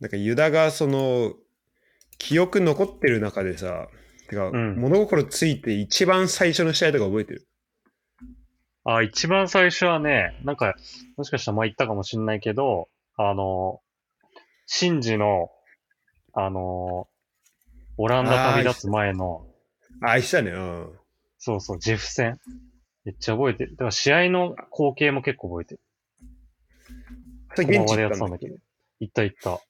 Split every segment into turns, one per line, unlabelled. なんかユダがその、記憶残ってる中でさ、てか、
うん
物心ついて一番最初の試合とか覚えてる
あ、一番最初はね、なんか、もしかしたら前言ったかもしんないけど、あの、シンジの、あの、オランダ旅立つ前の、
あ、したね。うん。
そうそう、ジェフ戦。めっちゃ覚えてる。だから試合の光景も結構覚えてる。
それ現地行ったんだっ
この場でやってたんだ
け
け行った行った。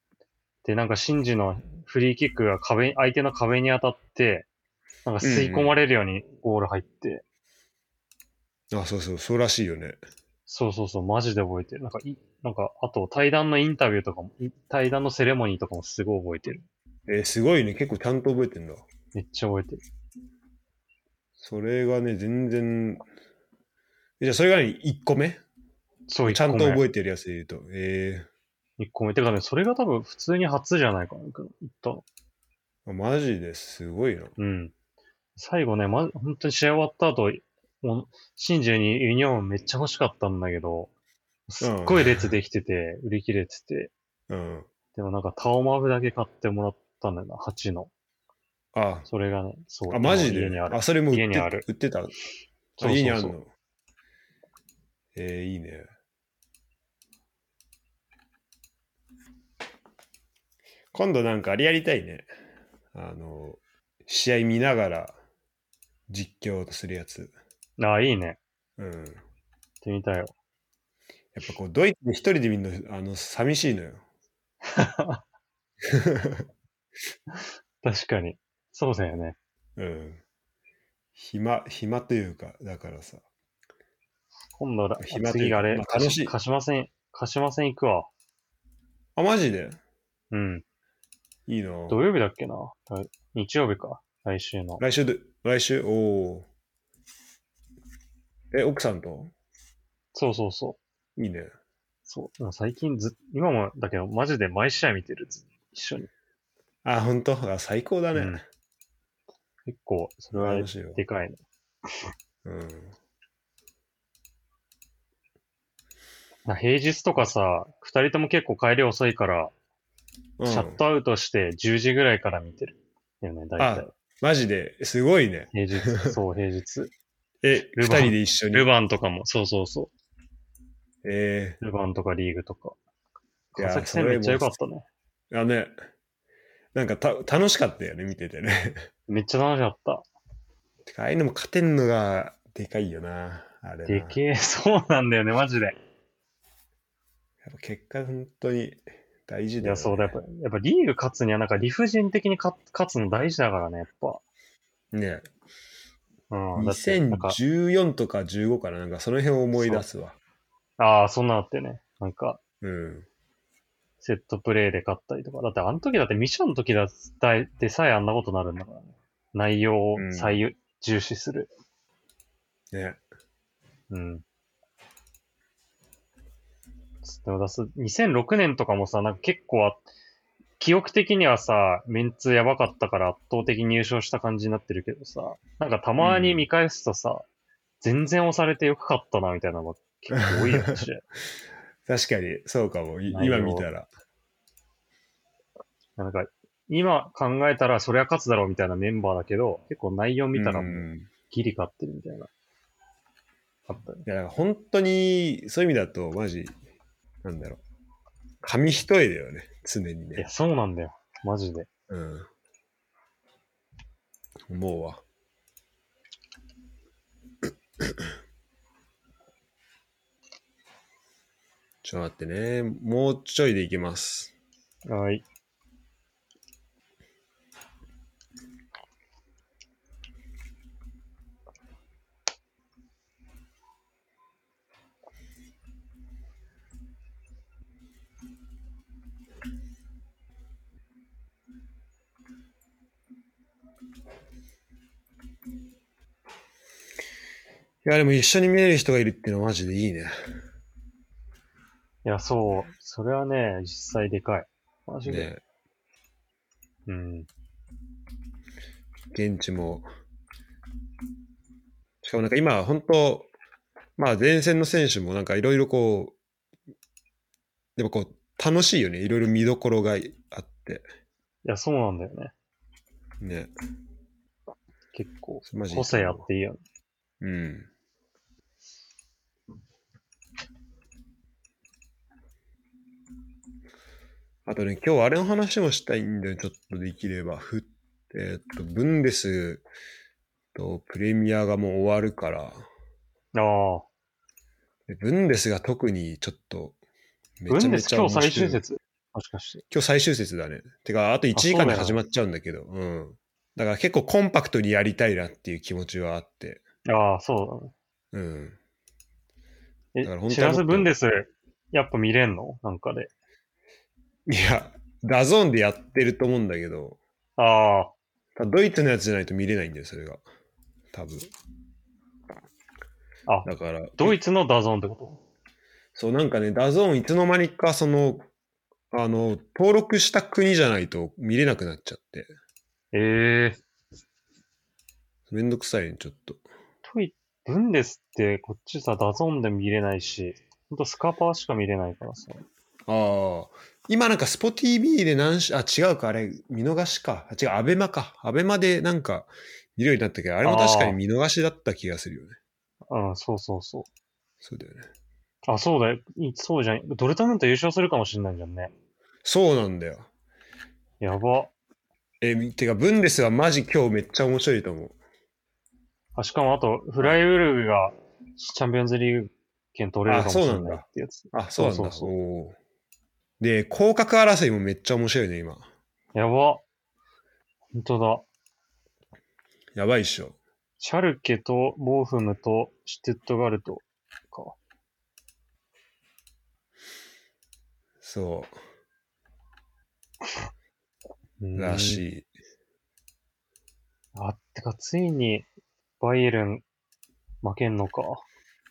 で、なんかシンジのフリーキックが壁、相手の壁に当たって、なんか吸い込まれるようにゴール入って、
あ、そうそう、そうらしいよね。
そうそうそう、マジで覚えてる。なんか、い、なんか、あと、対談のインタビューとかも、い対談のセレモニーとかもすごい覚えてる。
えーすごいね。結構ちゃんと覚えてんだ。
めっちゃ覚えてる。
それがね、全然。じゃあ、それが何 ?1 個目
そう、
ちゃんと
え
覚えてるやつで言うと。え
一個目。てかね、それが多分普通に初じゃないかな、行ったの。
ー、マジですごいな。
うん。最後ね、ま、本当に試合終わった後、もう、シンジェにユニフォームめっちゃ欲しかったんだけど、すっごい列できてて、売り切れてて、
うん。
でもなんかタオマブだけ買ってもらったんだよな、8の。
あ、
それがね、そう。
あマジで
家にある
あ、。それも売って
家にある
売ってた。あ
そうそうそう
家にあるの。えー、いいね。今度なんかあれやりたいね。あの、試合見ながら実況するやつ。
あ、いいね。
うん。やっ
行ってみたいよ。
ぱこう、ドイツで一人で見るの、あの、寂しいの よ。
確かに。そうだよね。
うん。暇、暇というか、だからさ。
今度ら、
暇という
次があれ、
まあ
鹿
楽しい
島鹿島線、鹿島線行くわ。
あ、マジで
うん。
いいな。
土曜日だっけな来日曜日か。来週の。
来週で、来週おおー。え、奥さんと
そうそうそう。
いいね。
そう。もう最近ず、今もだけど、マジで毎試合見てる。ず一緒に。
あ、本当あ、最高だね。
うん結構、それは
楽しいよ。
でかいね。
うん。
な平日とかさ、二人とも結構帰り遅いから、
うん、
シャットアウトして10時ぐらいから見てる。よね、大体。
マジで、すごいね。
平 日、そう、平日。
え、二
ルヴァン
人で一緒
ル
に。
ヴァンとかも、そうそうそ
え
う。ルヴァンとかリーグとか。
いや
川崎戦めっちゃ良かったね。
ー、あね、なんかた楽しかったよね、見ててね。
めっちゃ楽しかった。
てかああいうのも勝てんのがでかいよな。あれな
でけえ、 そうなんだよね、マジで。
やっぱ結果、本当に大事
い
だよ、ね。
や、そうだ、やっぱ、やっぱリーグ勝つには、なんか理不尽的に勝勝つの大事だからね、やっぱ。
ね。
うん。だってなんか、
2014とか15からなんかその辺を思い出すわ。
ああ、そんなのあってね。なんか、
うん。
セットプレーで勝ったりとか。だって、あの時だって、ミッションの時だってさえあんなことなるんだからね。内容を最優、重視する。
ね。
うん。でもだす、2006年とかもさ、なんか結構あ、記憶的にはさ、メンツやばかったから圧倒的に優勝した感じになってるけどさ、なんかたまに見返すとさ、全然押されてよく勝ったな、みたいなのが結構多いよね。 試合
確かに、そうかも。い
内容
今見たら。
なんか、今考えたらそりゃ勝つだろうみたいなメンバーだけど、結構内容見たら
う
もうんギリ勝ってるみたいな。あったね。
いや、だから本当に、そういう意味だと、マジ、なんだろう。紙一重だよね、常に
い
ね
や、。そうなんだよ。マジで。
うん。思うわ。 ちょっと待ってね。もうちょいでいきます。
はい。
いや、でも一緒に見れる人がいるっていうのはマジでいいね。
いや、そう。それはね、実際でかい。マジで。
ね
うん。
現地も。しかもなんか今、本当まあ前線の選手もなんかいろいろこう、でもこう、楽しいよね。いろいろ見どころがあって。
いや、そうなんだよね。
ね。
結構。
マジ
個性あっていいよね。
うん。あとね、今日あれの話もしたいんだよ、ちょっとできれば。ふえーっと、ブンデスとプレミアがもう終わるから、
ああ。
でブンデスが特にちょっと、め
ブ
ちゃ
ン
め
デ
ち
ス
ゃ
今
面
日
白い
最終。節もしかして。
今日最終節だね。てか、あと1時間で始まっちゃうんだけど、うん。だから結構コンパクトにやりたいなっていう気持ちはあって、
ああ、そう
うん。
だ
だから本当は
ね。
もっ
え、
と
知らずブンデス、やっぱ見れんのなんかで。
いや、ダゾーンでやってると思うんだけど、
ああ。
ただドイツのやつじゃないと見れないんだよ、それが。多分。
あ
だから、
ドイツのダゾーンってこ
そう、なんかね、ダゾーンいつの間にか、その、あの、登録した国じゃないと見れなくなっちゃって。
とええ
めんどくさいね、ちょっと。
トイ、ブンデスってこっちさ、ダゾーンで見れないし、ほんとスカパーしか見れないからさ。
ああ。今なんか、スポ TV で何し、あ、違うか、あれ、見逃しか。あ違う、アベマか。アベマでなんか、見るようになったけど、あれも確かに見逃しだった気がするよね。
うん、そうそうそ
そうだよね。
う。あ、そうだよ。いそうじゃん。ドルタムント優勝するかもしんないじゃんね。
そうなんだよ。
やば。
え、てか、ブンデスはマジ今日めっちゃ面白いと思う。
あ、しかもあと、フライウルグがチャンピオンズリーグ権取れるかもしれ
あそうなん
な
だ
いってやつ。
あ、そうなんだ。
そうそうそう
おーで、広角争いもめっちゃ面白いね、今。
やば。ほんとだ。
やばいっしょ。
シャルケとボーフムとシュテットガルトか。
そうう。
ん
らし
あ、てか、ついに、バイエルン、負けんのか。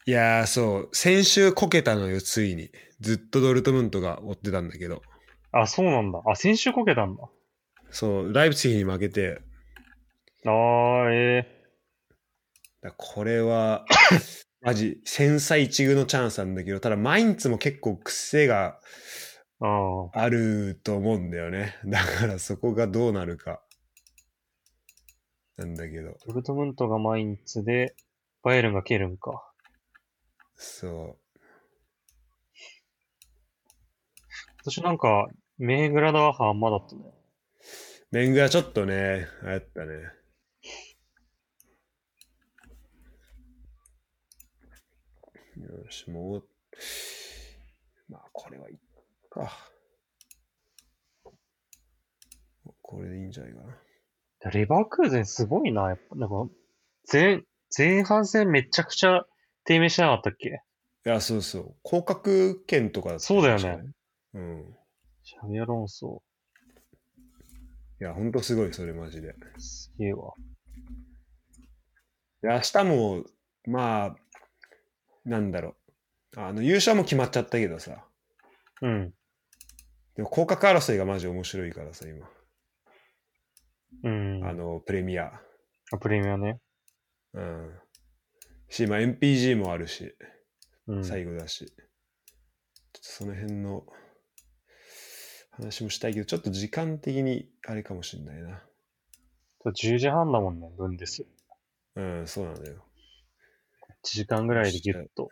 い。いやー、そう。先週こけたのよ、ついに。ずっとドルトムントが追ってたんだけど。
あ、そうなんだ。あ、先週こけたんだ。
そう、ライブツィヒに負けて、
あー、え
だこれは、マジ、繊細一遇のチャンスなんだけど、ただ、マインツも結構癖が
ー、あー。
あると思うんだよね。だから、そこがどうなるか。なんだけど。
ドルトムントがマインツで、バイエルンがケルンか。
そう。
私なんか、メーグラダーハあんまだったね。
メングはちょっとね、あやったね。よし、もう、まあ、これはいいか。これでいいんじゃないかな。
レバークーゼンすごいな、やっぱ。なんか、前、前半戦めちゃくちゃ低迷しなかったっけ
いや、そうそう。広角圏とかだった
そうだよね。
うん。
シャビアロンソ
いや、ほんとすごい、それマジで。
ー、すげえわ。
で明日も、まあ、なんだろう。あの、優勝も決まっちゃったけどさ。
うん。
でも、広角争いがマジ面白いからさ、今。
うん。
あの、プレミア。
あプレミアね。
うん。し、まあ、MPG もあるし、
うん。
最後だし。ちょっとその辺の話もしたいけど、ちょっと時間的にあれかもしんないな。
10時半だもんね、分です。1
うん、そうなんだよ。
時間ぐらいでギュッと。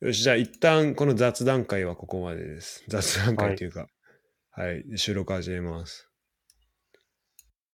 よし、じゃあ一旦この雑談会はここまでです。雑談会というか、はい、収録始めます。